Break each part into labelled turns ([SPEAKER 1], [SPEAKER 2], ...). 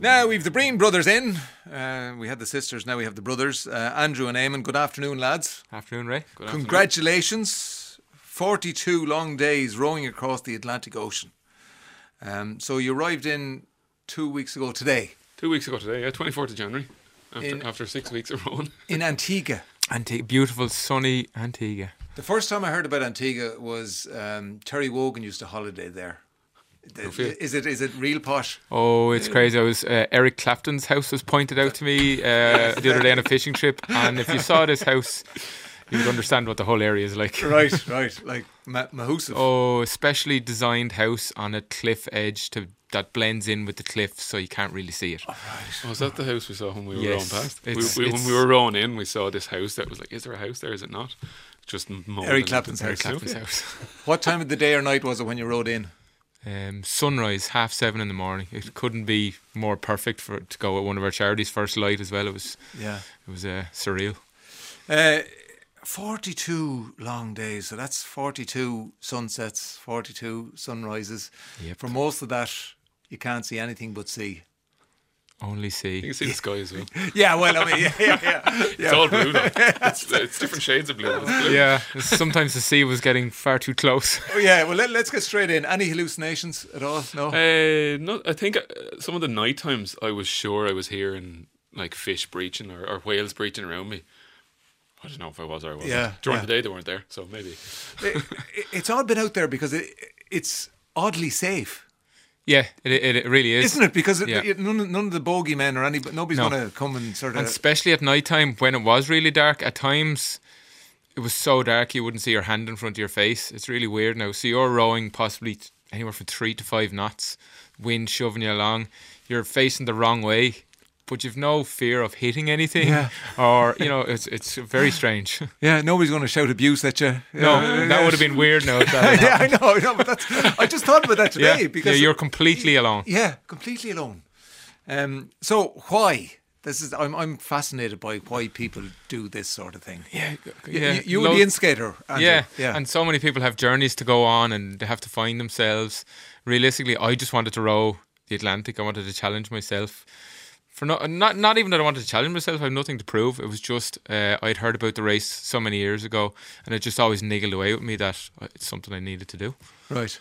[SPEAKER 1] Now we've the Breen brothers in. Uh, we had the sisters, now we have the brothers. Uh, Andrew and Eamon, good afternoon, lads.
[SPEAKER 2] Afternoon, Ray. Good afternoon.
[SPEAKER 1] Congratulations. 42 long days rowing across the Atlantic Ocean. Um, so you arrived in two weeks ago today
[SPEAKER 2] Two weeks ago today, yeah, 24th of January, after,
[SPEAKER 1] In-
[SPEAKER 2] after six weeks of rowing.
[SPEAKER 1] in Antigua.
[SPEAKER 2] Antigua, beautiful, sunny Antigua.
[SPEAKER 1] The first time I heard about Antigua was um, Terry Wogan used to holiday there. The-
[SPEAKER 2] fear.
[SPEAKER 1] Is it is it real posh?
[SPEAKER 3] Oh, it's crazy. I was uh, Eric Clapton's house was pointed out to me uh, the other day on a fishing trip, and if you saw this house, you would understand what the whole area is like.
[SPEAKER 1] Right, right, like Ma- Mahousev.
[SPEAKER 3] Oh, a specially designed house on a cliff edge to that blends in with the cliff, so you can't really see it.
[SPEAKER 2] Oh, is that the house we saw when we were
[SPEAKER 3] Yes,
[SPEAKER 2] rowing past? We,
[SPEAKER 3] it's-
[SPEAKER 2] we, when
[SPEAKER 3] it's-
[SPEAKER 2] we were rowing in, we saw this house that was like, is there a house there? Is it not? Just more
[SPEAKER 1] Eric Clapton's house.
[SPEAKER 2] Eric Clapton's
[SPEAKER 3] This
[SPEAKER 2] house.
[SPEAKER 3] house.
[SPEAKER 1] What time of the day or night was it when you rode in?
[SPEAKER 3] Um, sunrise, half seven in the morning. It couldn't be more perfect for to go at one of our charities' first light as well. It was
[SPEAKER 1] Yeah.
[SPEAKER 3] it was uh, surreal.
[SPEAKER 1] Uh, 42 long days. So that's 42 sunsets, 42 sunrises.
[SPEAKER 3] Yep.
[SPEAKER 1] For most of that, you can't see anything but sea.
[SPEAKER 3] Only see.
[SPEAKER 2] You can see the sky as well.
[SPEAKER 1] Yeah, well, I mean, yeah, yeah, yeah.
[SPEAKER 2] It's all blue now. It's, it's different shades of blue. but It's blue.
[SPEAKER 3] Yeah, sometimes the sea was getting far too close.
[SPEAKER 1] Oh, yeah, well, let, us get straight in. Any hallucinations at all? No?
[SPEAKER 2] Uh, no, I think uh, some of the night times I was sure I was hearing like fish breaching or, or whales breaching around me. I don't know if I was or I wasn't.
[SPEAKER 1] Yeah,
[SPEAKER 2] During
[SPEAKER 1] yeah.
[SPEAKER 2] the day they weren't there, so maybe.
[SPEAKER 1] It- it- it's all been out there because it, it's oddly safe.
[SPEAKER 3] Yeah, it, it, it really is.
[SPEAKER 1] Isn't it? Because it,
[SPEAKER 3] Yeah.
[SPEAKER 1] it- none, of- none of the bogeymen or anybody, nobody's
[SPEAKER 3] No.
[SPEAKER 1] going to come and sort
[SPEAKER 3] And
[SPEAKER 1] of.
[SPEAKER 3] especially at night time when it was really dark, at times it was so dark you wouldn't see your hand in front of your face. It's really weird now. So you're rowing possibly t- anywhere from three to five knots, wind shoving you along, you're facing the wrong way, but you've no fear of hitting anything.
[SPEAKER 1] Yeah.
[SPEAKER 3] Or, you know, it's it's very strange.
[SPEAKER 1] yeah, nobody's going to shout abuse at you.
[SPEAKER 3] no, that would have been weird now. If that had
[SPEAKER 1] yeah, I
[SPEAKER 3] happened.
[SPEAKER 1] know, I know, but that's. I just thought about that today
[SPEAKER 3] yeah,
[SPEAKER 1] because
[SPEAKER 3] you're completely alone.
[SPEAKER 1] Yeah, completely alone. Um, so why? This is I'm I'm fascinated by why people do this sort of thing. Yeah,
[SPEAKER 3] yeah,
[SPEAKER 1] You, you were
[SPEAKER 3] loads-
[SPEAKER 1] the instigator. Andrew.
[SPEAKER 3] Yeah,
[SPEAKER 1] yeah.
[SPEAKER 3] and so many people have journeys to go on and they have to find themselves. Realistically, I just wanted to row the Atlantic. I wanted to challenge myself. For not, not, not even that I wanted to challenge myself. I have nothing to prove. It was just uh, I'd heard about the race so many years ago, and it just always niggled away with me that uh, it's something I needed to do.
[SPEAKER 1] right.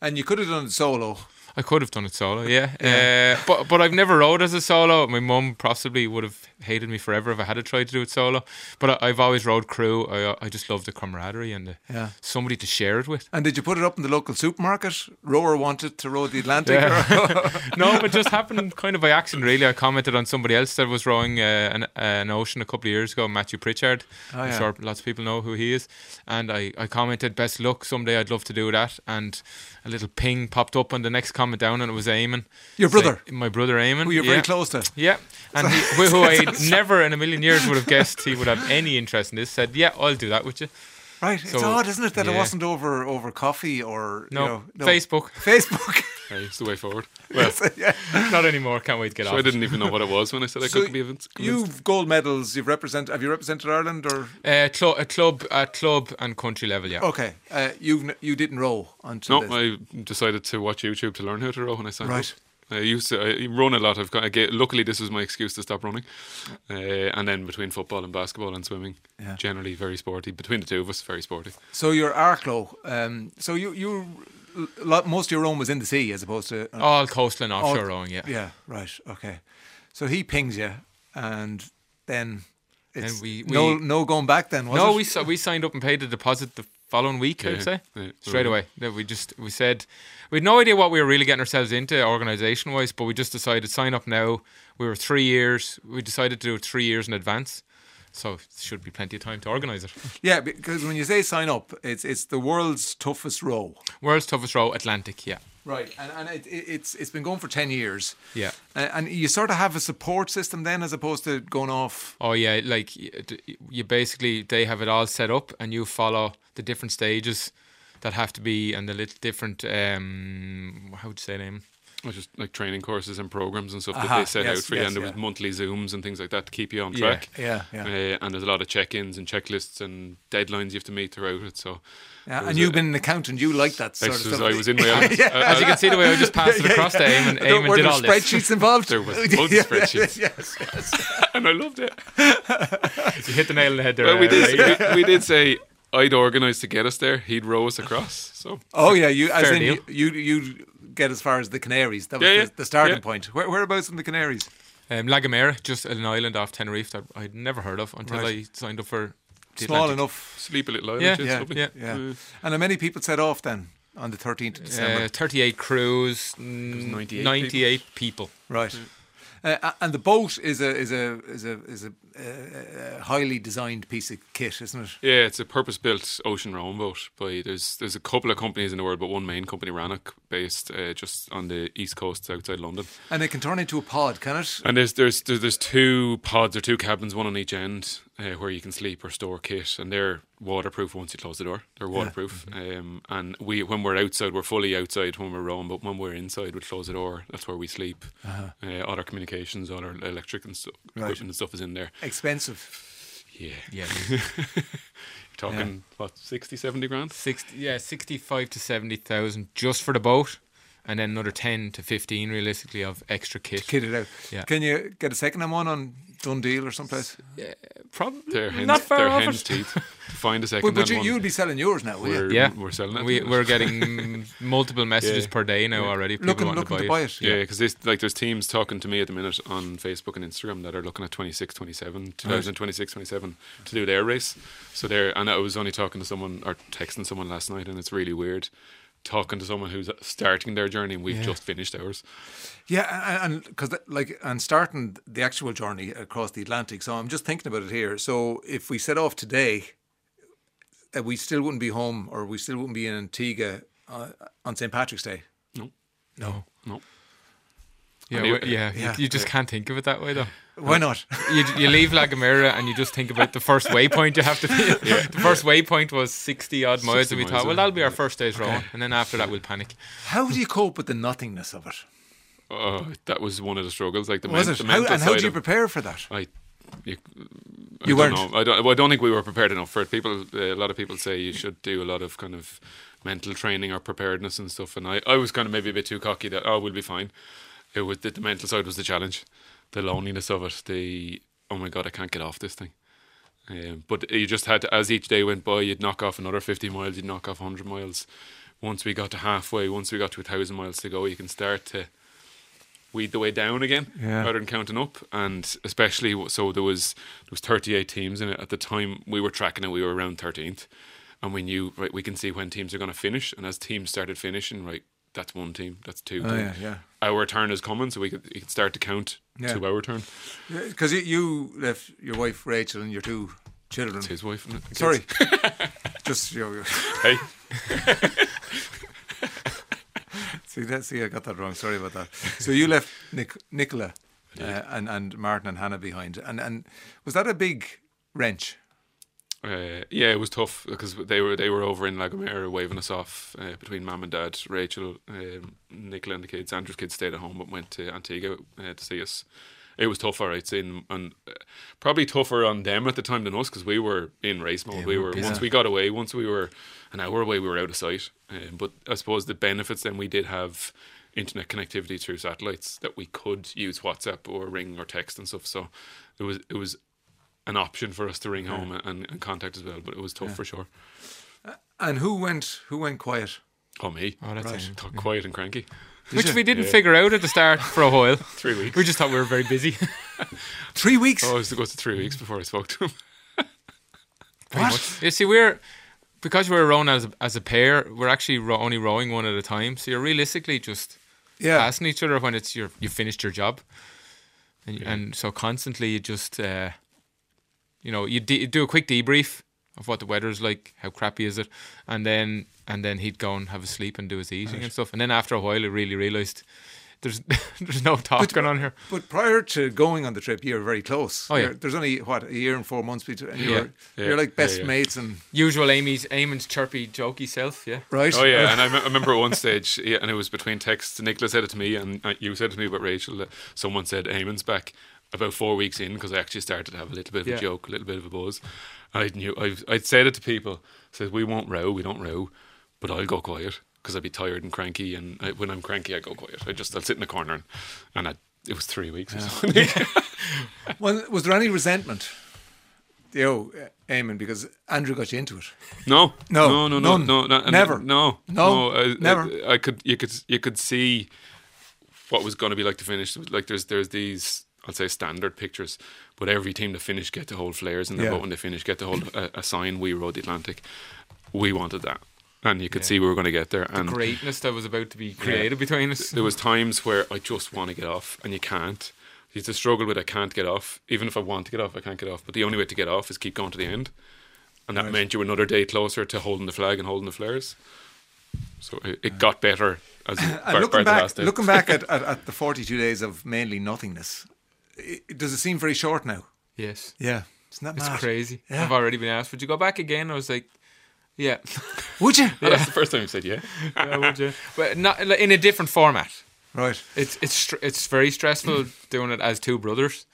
[SPEAKER 1] And you could have done it solo.
[SPEAKER 3] I could have done it solo, yeah. Uh, but but I've never rowed as a solo. My mum possibly would have hated me forever if I had tried to do it solo. But I, I've always rowed crew. I I just love the camaraderie and the,
[SPEAKER 1] Yeah.
[SPEAKER 3] somebody to share it with.
[SPEAKER 1] And did you put it up in the local supermarket? Rower wanted to row the Atlantic.
[SPEAKER 3] no, but just happened kind of by accident, really. I commented on somebody else that was rowing uh, an, an ocean a couple of years ago, Matthew Pritchard.
[SPEAKER 1] Oh,
[SPEAKER 3] I'm
[SPEAKER 1] yeah.
[SPEAKER 3] sure lots of people know who he is. And I, I commented, best luck, someday I'd love to do that. And a little ping popped up on the next comment down, and it was Eamon.
[SPEAKER 1] Your
[SPEAKER 3] Say-
[SPEAKER 1] brother?
[SPEAKER 3] my brother Eamon.
[SPEAKER 1] who you're
[SPEAKER 3] yeah.
[SPEAKER 1] very close to.
[SPEAKER 3] Yeah, and he, who- who I never in a million years would have guessed he would have any interest in this said, "Yeah, I'll do that with you."
[SPEAKER 1] Right. it's
[SPEAKER 3] So,
[SPEAKER 1] odd, isn't it, that it
[SPEAKER 3] yeah.
[SPEAKER 1] wasn't over over coffee or
[SPEAKER 3] No,
[SPEAKER 1] you know,
[SPEAKER 3] Facebook,
[SPEAKER 1] Facebook.
[SPEAKER 2] Hey, it's the way forward. Well,
[SPEAKER 1] yeah.
[SPEAKER 3] not anymore. Can't wait to get
[SPEAKER 2] so
[SPEAKER 3] off.
[SPEAKER 2] I
[SPEAKER 3] it.
[SPEAKER 2] didn't even know what it was when I said I
[SPEAKER 1] So
[SPEAKER 2] couldn't be convinced.
[SPEAKER 1] you've gold medals. You've represented. Have you represented Ireland or?
[SPEAKER 3] Uh, cl- a club, at club and country level. Yeah.
[SPEAKER 1] Okay, uh, you you didn't row until
[SPEAKER 2] No,
[SPEAKER 1] this.
[SPEAKER 2] I decided to watch YouTube to learn how to row when I signed
[SPEAKER 1] Right.
[SPEAKER 2] up. I used to I run a lot. I've got, I get, luckily this was my excuse to stop running, uh, and then between football and basketball and swimming,
[SPEAKER 1] Yeah.
[SPEAKER 2] generally very sporty. Between the two of us, very sporty.
[SPEAKER 1] So your Arklow, um, so you you lot, most of your own was in the sea as opposed to
[SPEAKER 3] All coastline offshore
[SPEAKER 1] All-
[SPEAKER 3] Oh, rowing, yeah.
[SPEAKER 1] yeah right okay, so he pings you and then it's
[SPEAKER 3] And we-
[SPEAKER 1] no
[SPEAKER 3] we-
[SPEAKER 1] no going back then was
[SPEAKER 3] No,
[SPEAKER 1] it?
[SPEAKER 3] we si- we signed up and paid the deposit the following week. uh,
[SPEAKER 2] Yeah,
[SPEAKER 3] I'd say
[SPEAKER 2] yeah,
[SPEAKER 3] straight
[SPEAKER 2] right.
[SPEAKER 3] away that we just we said we had no idea what we were really getting ourselves into organisation wise, but we just decided sign up now. We were three years. We decided to do it three years in advance, so it should be plenty of time to organise it.
[SPEAKER 1] yeah because when you say sign up it's it's the world's toughest row
[SPEAKER 3] World's toughest row, Atlantic. Yeah,
[SPEAKER 1] right and, and it, it, it's it's been going for 10 years
[SPEAKER 3] yeah.
[SPEAKER 1] and, and you sort of have a support system then as opposed to going off
[SPEAKER 3] Oh yeah, like y- d- you basically they have it all set up, and you follow the different stages that have to be, and the little different um, how would you say them?
[SPEAKER 2] It was just like training courses and programs and stuff that
[SPEAKER 1] Aha,
[SPEAKER 2] they set
[SPEAKER 1] yes,
[SPEAKER 2] out for you,
[SPEAKER 1] yes,
[SPEAKER 2] and there
[SPEAKER 1] yeah.
[SPEAKER 2] was monthly zooms and things like that to keep you on
[SPEAKER 3] Yeah.
[SPEAKER 2] track.
[SPEAKER 1] Yeah, yeah.
[SPEAKER 2] Uh, and there's a lot of check-ins and checklists and deadlines you have to meet throughout it. So,
[SPEAKER 1] Yeah,
[SPEAKER 2] was
[SPEAKER 1] and you've
[SPEAKER 2] a-
[SPEAKER 1] been an accountant. You like that
[SPEAKER 2] I
[SPEAKER 1] sort of
[SPEAKER 2] was,
[SPEAKER 1] stuff.
[SPEAKER 2] I was in my Uh, own. I- I-
[SPEAKER 3] As you can see, the way I just passed it across to Eamon,
[SPEAKER 1] Don't-
[SPEAKER 3] Eamon
[SPEAKER 1] were
[SPEAKER 3] did
[SPEAKER 1] there
[SPEAKER 3] all this.
[SPEAKER 1] spreadsheets involved.
[SPEAKER 2] There was loads of spreadsheets.
[SPEAKER 1] yes, yes.
[SPEAKER 2] and I loved it.
[SPEAKER 3] You hit the nail on the head there.
[SPEAKER 2] But we
[SPEAKER 3] uh, Ray.
[SPEAKER 2] did, we, we did say I'd organise to get us there. He'd row us across. So
[SPEAKER 1] Oh yeah, you as
[SPEAKER 3] Fair
[SPEAKER 1] in
[SPEAKER 3] deal.
[SPEAKER 1] you you get as far as the Canaries. That was
[SPEAKER 2] Yeah, yeah,
[SPEAKER 1] the, the starting
[SPEAKER 2] yeah.
[SPEAKER 1] point. Where, whereabouts in the Canaries?
[SPEAKER 3] Um, La Gomera, just an island off Tenerife that I'd never heard of until
[SPEAKER 1] Right.
[SPEAKER 3] I signed up for. The
[SPEAKER 1] Small
[SPEAKER 3] Atlantic.
[SPEAKER 1] enough.
[SPEAKER 2] sleep a little loud.
[SPEAKER 3] Yeah,
[SPEAKER 2] which is
[SPEAKER 1] Yeah,
[SPEAKER 2] lovely.
[SPEAKER 1] yeah, yeah. And how many people set off then on the thirteenth of December?
[SPEAKER 3] Uh, 38 crews, mm,
[SPEAKER 2] 98
[SPEAKER 3] 98, people.
[SPEAKER 1] Right. Uh, a- and the boat is a is a is a is a uh, highly designed piece of kit, isn't it?
[SPEAKER 2] Yeah, it's a purpose-built ocean rowing boat. By there's there's a couple of companies in the world, but one main company, Rannoch, based uh, just on the east coast outside London.
[SPEAKER 1] And it can turn into a pod, can it?
[SPEAKER 2] And there's there's there's, there's two pods or two cabins, one on each end, uh, where you can sleep or store kit, and they're waterproof once you close the door. They're waterproof.
[SPEAKER 3] Mm-hmm.
[SPEAKER 2] Um, and we when we're outside, we're fully outside when we're rowing, but when we're inside, we close the door. That's where we sleep.
[SPEAKER 3] Uh-huh.
[SPEAKER 2] uh all our communications, all our electric and stu- equipment and stuff is in there.
[SPEAKER 1] Expensive.
[SPEAKER 2] Yeah,
[SPEAKER 3] Yeah.
[SPEAKER 2] you're talking what 60, 70 grand.
[SPEAKER 3] 60, yeah, 65 to 70,000 just for the boat, and then another 10 to 15 realistically of extra kit.
[SPEAKER 1] Kid it out.
[SPEAKER 3] Yeah.
[SPEAKER 1] Can you get a second on one on Dundeal or someplace?
[SPEAKER 3] Probably
[SPEAKER 2] They're hens,
[SPEAKER 3] not far
[SPEAKER 2] they're
[SPEAKER 3] off.
[SPEAKER 2] hen's
[SPEAKER 3] it.
[SPEAKER 2] teeth. To find a second
[SPEAKER 1] But, but
[SPEAKER 2] hand
[SPEAKER 1] you,
[SPEAKER 2] one,
[SPEAKER 1] you'd be selling yours now, will you?
[SPEAKER 2] we're,
[SPEAKER 3] Yeah.
[SPEAKER 2] we're selling it.
[SPEAKER 3] We, we're getting multiple messages
[SPEAKER 2] Yeah.
[SPEAKER 3] per day now already. People
[SPEAKER 1] Looking,
[SPEAKER 3] wanting
[SPEAKER 1] looking
[SPEAKER 3] to buy, it.
[SPEAKER 1] it.
[SPEAKER 2] Yeah, because this like there's teams talking to me at the minute on Facebook and Instagram that are looking at 26, 27, 2026, 27 to do their race. So they're and I was only talking to someone or texting someone last night, and it's really weird talking to someone who's starting their journey and we've just finished ours.
[SPEAKER 1] Yeah, and because like and starting the actual journey across the Atlantic. So I'm just thinking about it here. So if we set off today, uh, we still wouldn't be home, or we still wouldn't be in Antigua uh, on St Patrick's Day.
[SPEAKER 2] No,
[SPEAKER 1] No,
[SPEAKER 2] no.
[SPEAKER 3] Yeah,
[SPEAKER 2] And you-
[SPEAKER 3] we- yeah, you-
[SPEAKER 1] yeah.
[SPEAKER 3] You, just can't think of it that way though.
[SPEAKER 1] why not?
[SPEAKER 3] You, you leave La Gomera and you just think about the first waypoint you have to. the first waypoint was sixty odd miles,
[SPEAKER 2] 60
[SPEAKER 3] and we
[SPEAKER 2] miles,
[SPEAKER 3] thought, well,
[SPEAKER 2] yeah.
[SPEAKER 3] that'll be our first day's rowing, and then after that we'll panic.
[SPEAKER 1] How do you cope with the nothingness of it?
[SPEAKER 2] Oh, that was one of the struggles. Like the,
[SPEAKER 1] Was
[SPEAKER 2] men-
[SPEAKER 1] it?
[SPEAKER 2] the
[SPEAKER 1] How,
[SPEAKER 2] mental
[SPEAKER 1] and how
[SPEAKER 2] side
[SPEAKER 1] do you
[SPEAKER 2] of-
[SPEAKER 1] prepare for that?
[SPEAKER 2] I, you, I
[SPEAKER 1] You
[SPEAKER 2] don't
[SPEAKER 1] weren't?
[SPEAKER 2] know. I don't. well, I don't think we were prepared enough for it. People, uh, a lot of people say you should do a lot of kind of mental training or preparedness and stuff. And I, I was kind of maybe a bit too cocky that oh we'll be fine. It was the, the mental side was the challenge, the loneliness of it. The oh my god, I can't get off this thing. Um, but you just had to, as each day went by, you'd knock off another 50 miles, you'd knock off 100 miles. Once we got to halfway, once we got to 1,000 miles to go, you can start to weed the way down again
[SPEAKER 1] Yeah.
[SPEAKER 2] rather than counting up. And especially, w- so there was there was 38 teams in it. At the time we were tracking it, we were around 13th. And we knew, right, we can see when teams are going to finish. And as teams started finishing, right, that's one team, that's two.
[SPEAKER 1] Oh,
[SPEAKER 2] team.
[SPEAKER 1] yeah, yeah.
[SPEAKER 2] Our turn is coming, so we could, you could start to count
[SPEAKER 1] Yeah.
[SPEAKER 2] to our turn.
[SPEAKER 1] Because you, you left your wife Rachel and your two children.
[SPEAKER 2] It's his wife. isn't it? The kids.
[SPEAKER 1] Sorry, just your, your,
[SPEAKER 2] Hey.
[SPEAKER 1] see that. See, I got that wrong. Sorry about that. So you left Nic- Nicola uh, and and Martin and Hannah behind, and and was that a big wrench?
[SPEAKER 2] Uh, yeah, it was tough because they were they were over in La Gomera waving us off uh, between mum and dad. Rachel, um, Nicola, and the kids. Andrew's kids stayed at home but went to Antigua uh, to see us. It was tough, all right, seeing and uh, probably tougher on them at the time than us because we were in race mode. we were once we got away, once we were an hour away, we were out of sight. Um, but I suppose the benefits then we did have internet connectivity through satellites that we could use WhatsApp or ring or text and stuff. So it was it was an option for us to ring home and, and contact as well, but it was tough for sure.
[SPEAKER 1] And who went? Who went quiet?
[SPEAKER 2] Oh me,
[SPEAKER 3] Oh, that's
[SPEAKER 1] Right.
[SPEAKER 3] it.
[SPEAKER 2] Talk quiet and cranky.
[SPEAKER 3] Which we didn't
[SPEAKER 2] Yeah.
[SPEAKER 3] figure out at the start for a while.
[SPEAKER 2] Three weeks.
[SPEAKER 3] We just thought we were very busy.
[SPEAKER 1] Three weeks.
[SPEAKER 2] Oh, it was it was three weeks before I spoke to him.
[SPEAKER 1] What?
[SPEAKER 3] you see, we're because we're rowing as a, as a pair, we're actually row, only rowing one at a time. So you're realistically just
[SPEAKER 1] Yeah.
[SPEAKER 3] passing each other when it's your you finished your job, and, and so constantly you just uh, you know you, de- do a quick debrief of what the weather's like, how crappy is it, and then and then he'd go and have a sleep and do his eating and stuff, and then after a while I really realised There's there's no talk going on here.
[SPEAKER 1] But prior to going on the trip, you were very close.
[SPEAKER 3] Oh, yeah.
[SPEAKER 1] You're- there's only what a year and four months between. And you're
[SPEAKER 2] Yeah.
[SPEAKER 1] you're like
[SPEAKER 2] Yeah,
[SPEAKER 1] best
[SPEAKER 2] yeah.
[SPEAKER 1] mates and
[SPEAKER 3] Usual Amy's, Eamon's chirpy, jokey self. Yeah.
[SPEAKER 1] right.
[SPEAKER 2] Oh yeah, and I me- I remember at one stage, yeah, and it was between texts. Nicola said it to me, and uh, you said it to me about Rachel. That someone said Eamon's back about four weeks in because I actually started to have a little bit of
[SPEAKER 3] Yeah.
[SPEAKER 2] a joke, a little bit of a buzz. I knew I've, I'd said it to people. Said we won't row, we don't row, but I'll go quiet because I'd be tired and cranky, and I, when I'm cranky, I go quiet. I just I'll sit in the corner, and, and I, it was three weeks. Or something.
[SPEAKER 1] Well, was there any resentment? Yo, Eamon, because Andrew got you into it.
[SPEAKER 2] No,
[SPEAKER 1] No,
[SPEAKER 2] no, no, no,
[SPEAKER 1] none,
[SPEAKER 2] no, no, and
[SPEAKER 1] never.
[SPEAKER 2] no,
[SPEAKER 1] No,
[SPEAKER 2] I-
[SPEAKER 1] never.
[SPEAKER 2] I, I could, you could, you could see what was going to be like to finish. Like there's, there's these, I'll say, standard pictures, but every team to finish get to hold flares in their
[SPEAKER 1] Yeah.
[SPEAKER 2] boat when they finish get to hold a, a sign. We rode the Atlantic. We wanted that, and you could see we were going to get there. And
[SPEAKER 3] Greatness that was about to be created between us.
[SPEAKER 2] there was times where I just want to get off and you can't. It's a struggle with I can't get off. Even if I want to get off, I can't get off. But the only way to get off is keep going to the end. And that meant you were another day closer to holding the flag and holding the flares. So it, it got better as
[SPEAKER 1] And
[SPEAKER 2] bar,
[SPEAKER 1] looking
[SPEAKER 2] bar the
[SPEAKER 1] back,
[SPEAKER 2] last day.
[SPEAKER 1] looking back at, at, at the 42 days of mainly nothingness, i does it seem very short now?
[SPEAKER 3] yes.
[SPEAKER 1] Yeah, isn't that
[SPEAKER 3] It's
[SPEAKER 1] mad?
[SPEAKER 3] crazy.
[SPEAKER 1] Yeah.
[SPEAKER 3] I've already been asked, would you go back again? I was like, yeah.
[SPEAKER 1] Would you?
[SPEAKER 2] Oh, That's the first time you said yeah.
[SPEAKER 3] Yeah, would you? But not like, in a different format.
[SPEAKER 1] Right.
[SPEAKER 3] It's it's str- it's very stressful doing it as two brothers,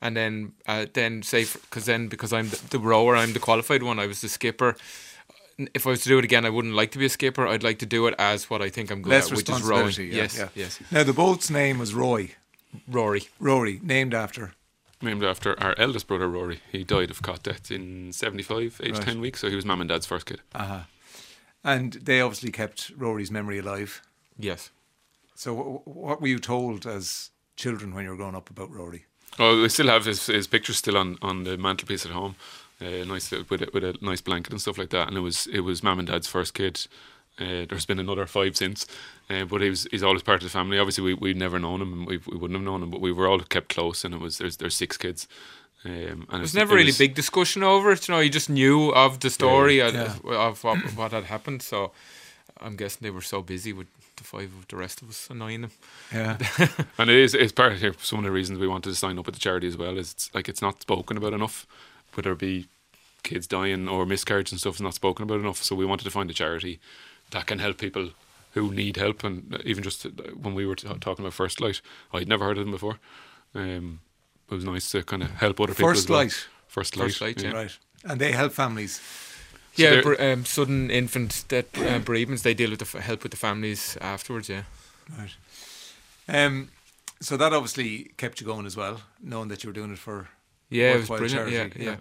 [SPEAKER 3] and then uh, then say because then because I'm the, the rower, I'm the qualified one. I was the skipper. N- If I was to do it again, I wouldn't like to be a skipper. I'd like to do it as what I think I'm good
[SPEAKER 1] Less
[SPEAKER 3] at, which is rowing.
[SPEAKER 1] responsibility. yeah,
[SPEAKER 3] yes,
[SPEAKER 1] yeah.
[SPEAKER 3] yes,
[SPEAKER 1] Now the boat's name was Roy.
[SPEAKER 3] Rory.
[SPEAKER 1] Rory, named after.
[SPEAKER 2] Named after our eldest brother Rory. He died of cot death in 75, aged
[SPEAKER 1] Right.
[SPEAKER 2] 10 weeks. So he was mum and dad's first kid.
[SPEAKER 1] And they obviously kept Rory's memory alive.
[SPEAKER 3] Yes.
[SPEAKER 1] So, wh- wh- what were you told as children when you were growing up about Rory?
[SPEAKER 2] Oh, we still have his, his picture still on, on the mantelpiece at home. Uh, nice little- with a, with a nice blanket and stuff like that. And it was it was mum and dad's first kid. Uh, there's been another five since, uh, but he was he's always part of the family. Obviously, we we've never known him, and we we wouldn't have known him, but we were all kept close. And it was there's there's six kids. Um, and
[SPEAKER 3] It was never really
[SPEAKER 2] was-
[SPEAKER 3] big discussion over it. You know, you just knew of the story and-
[SPEAKER 1] Yeah.
[SPEAKER 3] of, what, what had happened. So I'm guessing they were so busy with the five of the rest of us annoying them.
[SPEAKER 1] Yeah.
[SPEAKER 2] And it is it's part of here- some of the reasons we wanted to sign up with the charity as well. Is it's like it's not spoken about enough, whether it be kids dying or miscarriage and stuff is not spoken about enough. So we wanted to find a charity that can help people who need help. And even just uh, when we were t- talking about First Light, I'd never heard of them before. Um, it was nice to kind of help other people.
[SPEAKER 1] First
[SPEAKER 2] as well.
[SPEAKER 1] Light.
[SPEAKER 2] First Light.
[SPEAKER 3] First Light, yeah.
[SPEAKER 1] Right. And they help families.
[SPEAKER 3] yeah,
[SPEAKER 2] there-
[SPEAKER 3] br- um, sudden infant death uh, bereavements. They deal with the f- help with the families afterwards. Yeah,
[SPEAKER 1] Right. Um, so, that obviously kept you going as well, knowing that you were doing it for.
[SPEAKER 3] yeah, it was
[SPEAKER 1] worthwhile
[SPEAKER 3] brilliant.
[SPEAKER 1] charity,
[SPEAKER 3] Yeah,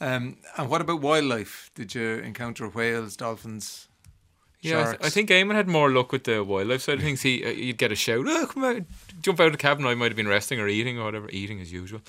[SPEAKER 3] yeah,
[SPEAKER 1] Um, and what about wildlife? Did you encounter whales, dolphins?
[SPEAKER 3] yeah. I, th- I
[SPEAKER 1] Sharks.
[SPEAKER 3] think Eamon had more luck with the wildlife side of things. He, uh, you'd get a shout, oh, come out, jump out of the cabin. I might have been resting or eating or whatever, eating as usual.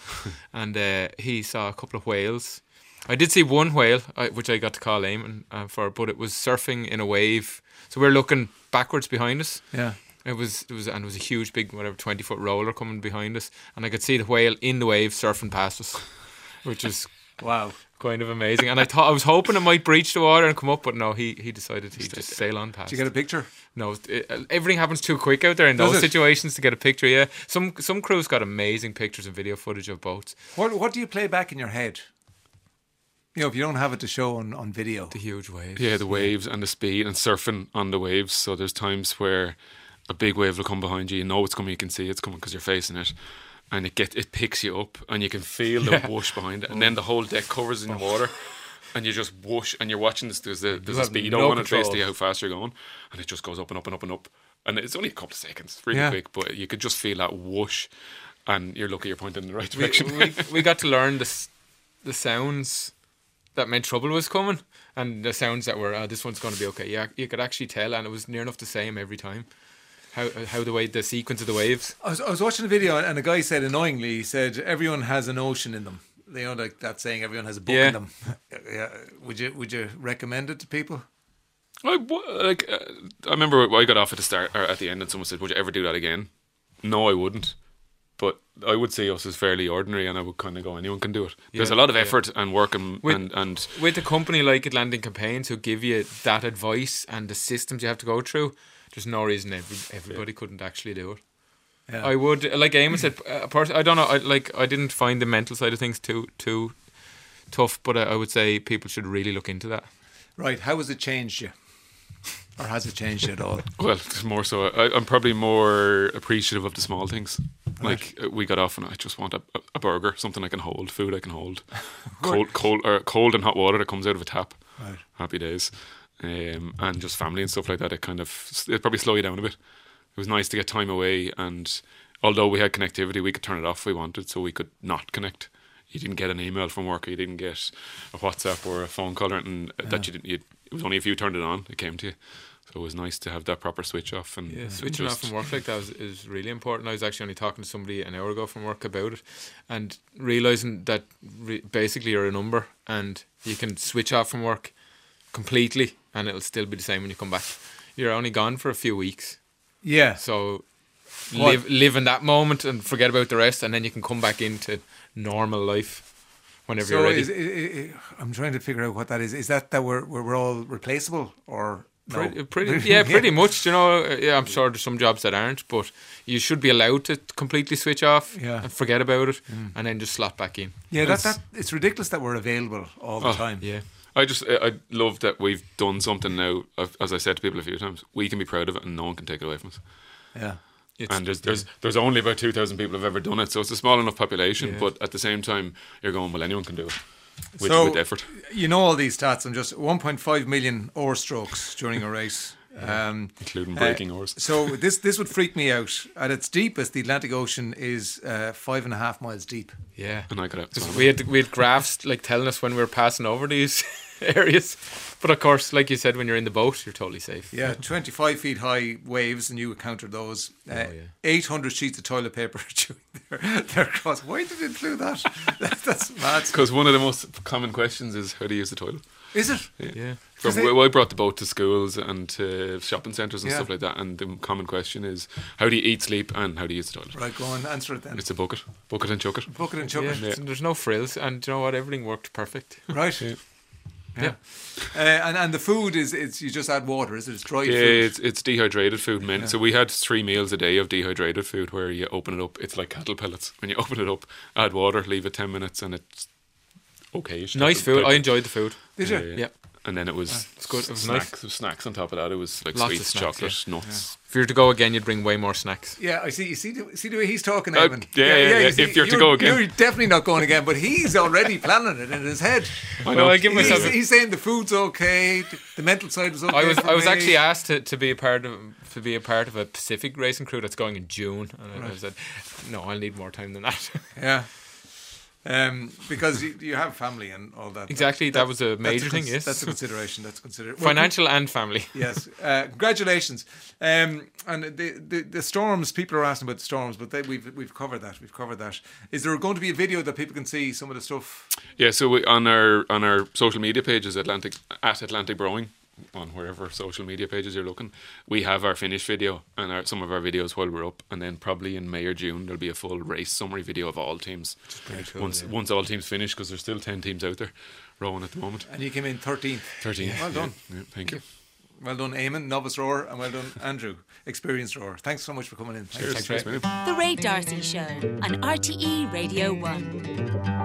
[SPEAKER 3] and uh, he saw a couple of whales. I did see one whale, I, which I got to call Eamon uh, for, but it was surfing in a wave. So we we're looking backwards behind us.
[SPEAKER 1] Yeah.
[SPEAKER 3] It was it was and it was a huge big whatever twenty foot roller coming behind us, and I could see the whale in the wave surfing past us, which was
[SPEAKER 1] Wow.
[SPEAKER 3] kind of amazing. And I thought I was hoping it might breach the water and come up, but no, he he decided he just sail on past.
[SPEAKER 1] Did you get a picture?
[SPEAKER 3] no, it, uh, everything happens too quick out there in
[SPEAKER 1] Does
[SPEAKER 3] those
[SPEAKER 1] it?
[SPEAKER 3] situations to get a picture. Yeah, some some crews got amazing pictures and video footage of boats.
[SPEAKER 1] What What do you play back in your head? You know, if you don't have it to show on, on video.
[SPEAKER 3] The huge waves.
[SPEAKER 2] Yeah, the waves and the speed and surfing on the waves. So there's times where a big wave will come behind you. You know it's coming. You can see it's coming because you're facing it, and it get it picks you up, and you can feel the whoosh behind it, and
[SPEAKER 3] Oh.
[SPEAKER 2] then the whole deck covers in water, and you just whoosh, and you're watching this. There's a there's
[SPEAKER 3] have
[SPEAKER 2] a speed
[SPEAKER 3] no
[SPEAKER 2] on it,
[SPEAKER 3] control.
[SPEAKER 2] basically how fast you're going, and it just goes up and up and up and up, and it's only a couple of seconds, really
[SPEAKER 1] Yeah.
[SPEAKER 2] quick, but you could just feel that whoosh, and you're lucky you're pointing in the right
[SPEAKER 3] we,
[SPEAKER 2] direction.
[SPEAKER 3] we, we got to learn the s- the sounds that meant trouble was coming, and the sounds that were oh, this one's going to be okay. Yeah, you could actually tell, and it was near enough the same every time. How how the way the sequence of the waves.
[SPEAKER 1] I was, I was watching a video and a guy said annoyingly, he said, everyone has an ocean in them. You know, like that saying, everyone has a book
[SPEAKER 3] Yeah.
[SPEAKER 1] in them. yeah. Would you Would you recommend it to people?
[SPEAKER 2] I, wa- like, uh, I remember I got off at the start or at the end, and someone said, "Would you ever do that again?" No, I wouldn't. But I would see us as fairly ordinary, and I would kind of go, anyone can do it. There's a
[SPEAKER 3] Yeah,
[SPEAKER 2] lot of
[SPEAKER 3] yeah.
[SPEAKER 2] effort and work, and
[SPEAKER 3] With-
[SPEAKER 2] and, and
[SPEAKER 3] With a company like Atlantic Campaigns who give you that advice and the systems you have to go through, there's no reason every, everybody couldn't actually do it.
[SPEAKER 1] Yeah.
[SPEAKER 3] I would like Eamon said. A person, I don't know. I, like I didn't find the mental side of things too too tough, but I, I would say people should really look into that.
[SPEAKER 1] Right. How has it changed you? Or has it changed you at all?
[SPEAKER 2] Well, it's more so, I, I'm probably more appreciative of the small things. Like uh, we got off, and I just want a, a, a burger, something I can hold, food I can hold, cold, cold, or cold and hot water that comes out of a tap.
[SPEAKER 1] Right.
[SPEAKER 2] Happy days, um, and just family and stuff like that. It kind of it probably slow you down a bit. It was nice to get time away, and although we had connectivity, we could turn it off if we wanted, so we could not connect. You didn't get an email from work, or you didn't get a WhatsApp or a phone call, or anything that you didn't. You, it was only if you turned it on, it came to you. So it was nice to have that proper switch off and
[SPEAKER 1] Mm,
[SPEAKER 3] Yeah,
[SPEAKER 2] and
[SPEAKER 3] switching off
[SPEAKER 2] just-
[SPEAKER 3] from work like that is, is really important. I was actually only talking to somebody an hour ago from work about it, and realizing that re- basically you're a number, and you can switch off from work completely, and it'll still be the same when you come back. You're only gone for a few weeks,
[SPEAKER 1] Yeah.
[SPEAKER 3] so
[SPEAKER 1] What?
[SPEAKER 3] live live in that moment and forget about the rest, and then you can come back into normal life whenever
[SPEAKER 1] So
[SPEAKER 3] you're ready.
[SPEAKER 1] is, i i i I'm trying to figure out what that is. Is that that we're we're, we're all replaceable or no?
[SPEAKER 3] Pretty, pretty, yeah, pretty much. You know, Uh, yeah, I'm sure there's some jobs that aren't, but you should be allowed to completely switch off
[SPEAKER 1] Yeah. Mm.
[SPEAKER 3] and forget about it, and then just slot back in.
[SPEAKER 1] Yeah, that,
[SPEAKER 2] It's-
[SPEAKER 1] that it's ridiculous that we're available all the
[SPEAKER 2] Oh,
[SPEAKER 1] time.
[SPEAKER 3] Yeah,
[SPEAKER 2] I just I I love that we've done something now. I've- As I said to people a few times, we can be proud of it, and no one can take it away from us.
[SPEAKER 1] Yeah.
[SPEAKER 3] It's-
[SPEAKER 2] and there's there's there's only about two thousand people have ever done it, so it's a small enough population.
[SPEAKER 3] Yeah.
[SPEAKER 2] But at the same time, you're going, well, anyone can do it with,
[SPEAKER 1] So-
[SPEAKER 2] with effort.
[SPEAKER 1] You know all these stats. I'm just 1.5 million oar strokes during a race. Um,
[SPEAKER 2] Including breaking oars.
[SPEAKER 1] So this this would freak me out. At its deepest, the Atlantic Ocean is uh, five and a half miles deep.
[SPEAKER 3] yeah.
[SPEAKER 2] And I got out.
[SPEAKER 3] 'Cause
[SPEAKER 2] smiling.
[SPEAKER 3] we had we had graphs like telling us when we were passing over these areas, but of course, like you said, when you're in the boat, you're totally safe.
[SPEAKER 1] Yeah, 25 Uh, feet high waves, and you encountered those.
[SPEAKER 2] Oh,
[SPEAKER 1] Uh,
[SPEAKER 3] yeah.
[SPEAKER 1] 800 sheets of toilet paper during their, their cross. Why did it include that? that that's mad.
[SPEAKER 2] Because one of the most common questions is how do you use the toilet?
[SPEAKER 1] Is it?
[SPEAKER 3] yeah.
[SPEAKER 2] From,
[SPEAKER 1] they-
[SPEAKER 2] well, I brought the boat to schools and to shopping centres and
[SPEAKER 1] Yeah.
[SPEAKER 2] stuff like that. And the common question is how do you eat, sleep, and how do you use the toilet?
[SPEAKER 1] Right, go on, answer it then.
[SPEAKER 2] It's a bucket, bucket and chuck it.
[SPEAKER 1] Book it and chuck
[SPEAKER 3] Yeah,
[SPEAKER 1] it.
[SPEAKER 3] so There's no frills, and you know what? Everything worked perfect.
[SPEAKER 1] Right. Yeah. Uh, and, and the food is it's you just add water, is it? It's dried
[SPEAKER 2] Yeah,
[SPEAKER 1] food.
[SPEAKER 2] it's, it's dehydrated food, man. So we had three meals a day of dehydrated food where you open it up. It's like cattle pellets. When you open it up, add water, leave it 10 minutes, and it's okay.
[SPEAKER 3] Nice food. I enjoyed the food.
[SPEAKER 1] Did you?
[SPEAKER 3] Yeah.
[SPEAKER 2] And then it was,
[SPEAKER 3] it's good. It was nice.
[SPEAKER 2] snacks, snacks on top of that. It was like
[SPEAKER 3] Lots of
[SPEAKER 2] sweets,
[SPEAKER 3] snacks, yeah.
[SPEAKER 2] chocolate, nuts.
[SPEAKER 3] If you were to go again, you'd bring way more snacks.
[SPEAKER 1] Yeah, I see. You see, the, see the way he's talking,
[SPEAKER 2] Uh,
[SPEAKER 1] Eamon.
[SPEAKER 2] yeah, yeah, yeah, if you're to go again.
[SPEAKER 1] you're definitely not going again. But he's already planning it in his head.
[SPEAKER 2] I know.
[SPEAKER 3] Well, I give
[SPEAKER 1] He's,
[SPEAKER 3] myself a-
[SPEAKER 1] he's saying the food's okay, th- the mental side was okay.
[SPEAKER 3] I was
[SPEAKER 1] for
[SPEAKER 3] I was
[SPEAKER 1] me.
[SPEAKER 3] actually asked to, to be a part of to be a part of a Pacific racing crew that's going in June, and I- I, said, no, I'll need more time than that.
[SPEAKER 1] yeah, um, because you, you have family and all that.
[SPEAKER 3] exactly, that, was a
[SPEAKER 1] That's
[SPEAKER 3] major
[SPEAKER 1] a
[SPEAKER 3] thing.
[SPEAKER 1] cons-
[SPEAKER 3] Yes,
[SPEAKER 1] that's a consideration. That's considered
[SPEAKER 3] financial and family.
[SPEAKER 1] yes. Uh, congratulations. Um, and the, the the storms. People are asking about the storms, but they, we've we've covered that. We've covered that. Is there going to be a video that people can see some of the stuff?
[SPEAKER 2] Yeah, so we, on our on our social media pages, Atlantic at Atlantic Brewing, on wherever social media pages you're looking, we have our finished video and our, some of our videos while we're up, and then probably in May or June there'll be a full race summary video of all teams. once once all teams finish, because there's still ten teams out there rowing at the moment.
[SPEAKER 1] And you came in thirteenth.
[SPEAKER 2] Thirteen.
[SPEAKER 1] Well done.
[SPEAKER 2] Yeah, yeah, thank you.
[SPEAKER 1] Well done, Eamon, novice rower, and well done, Andrew, experienced rower. Thanks so much for coming in.
[SPEAKER 2] Cheers.
[SPEAKER 3] Thanks, mate.
[SPEAKER 2] Thanks, mate.
[SPEAKER 4] The Ray Darcy Show on RTE Radio 1.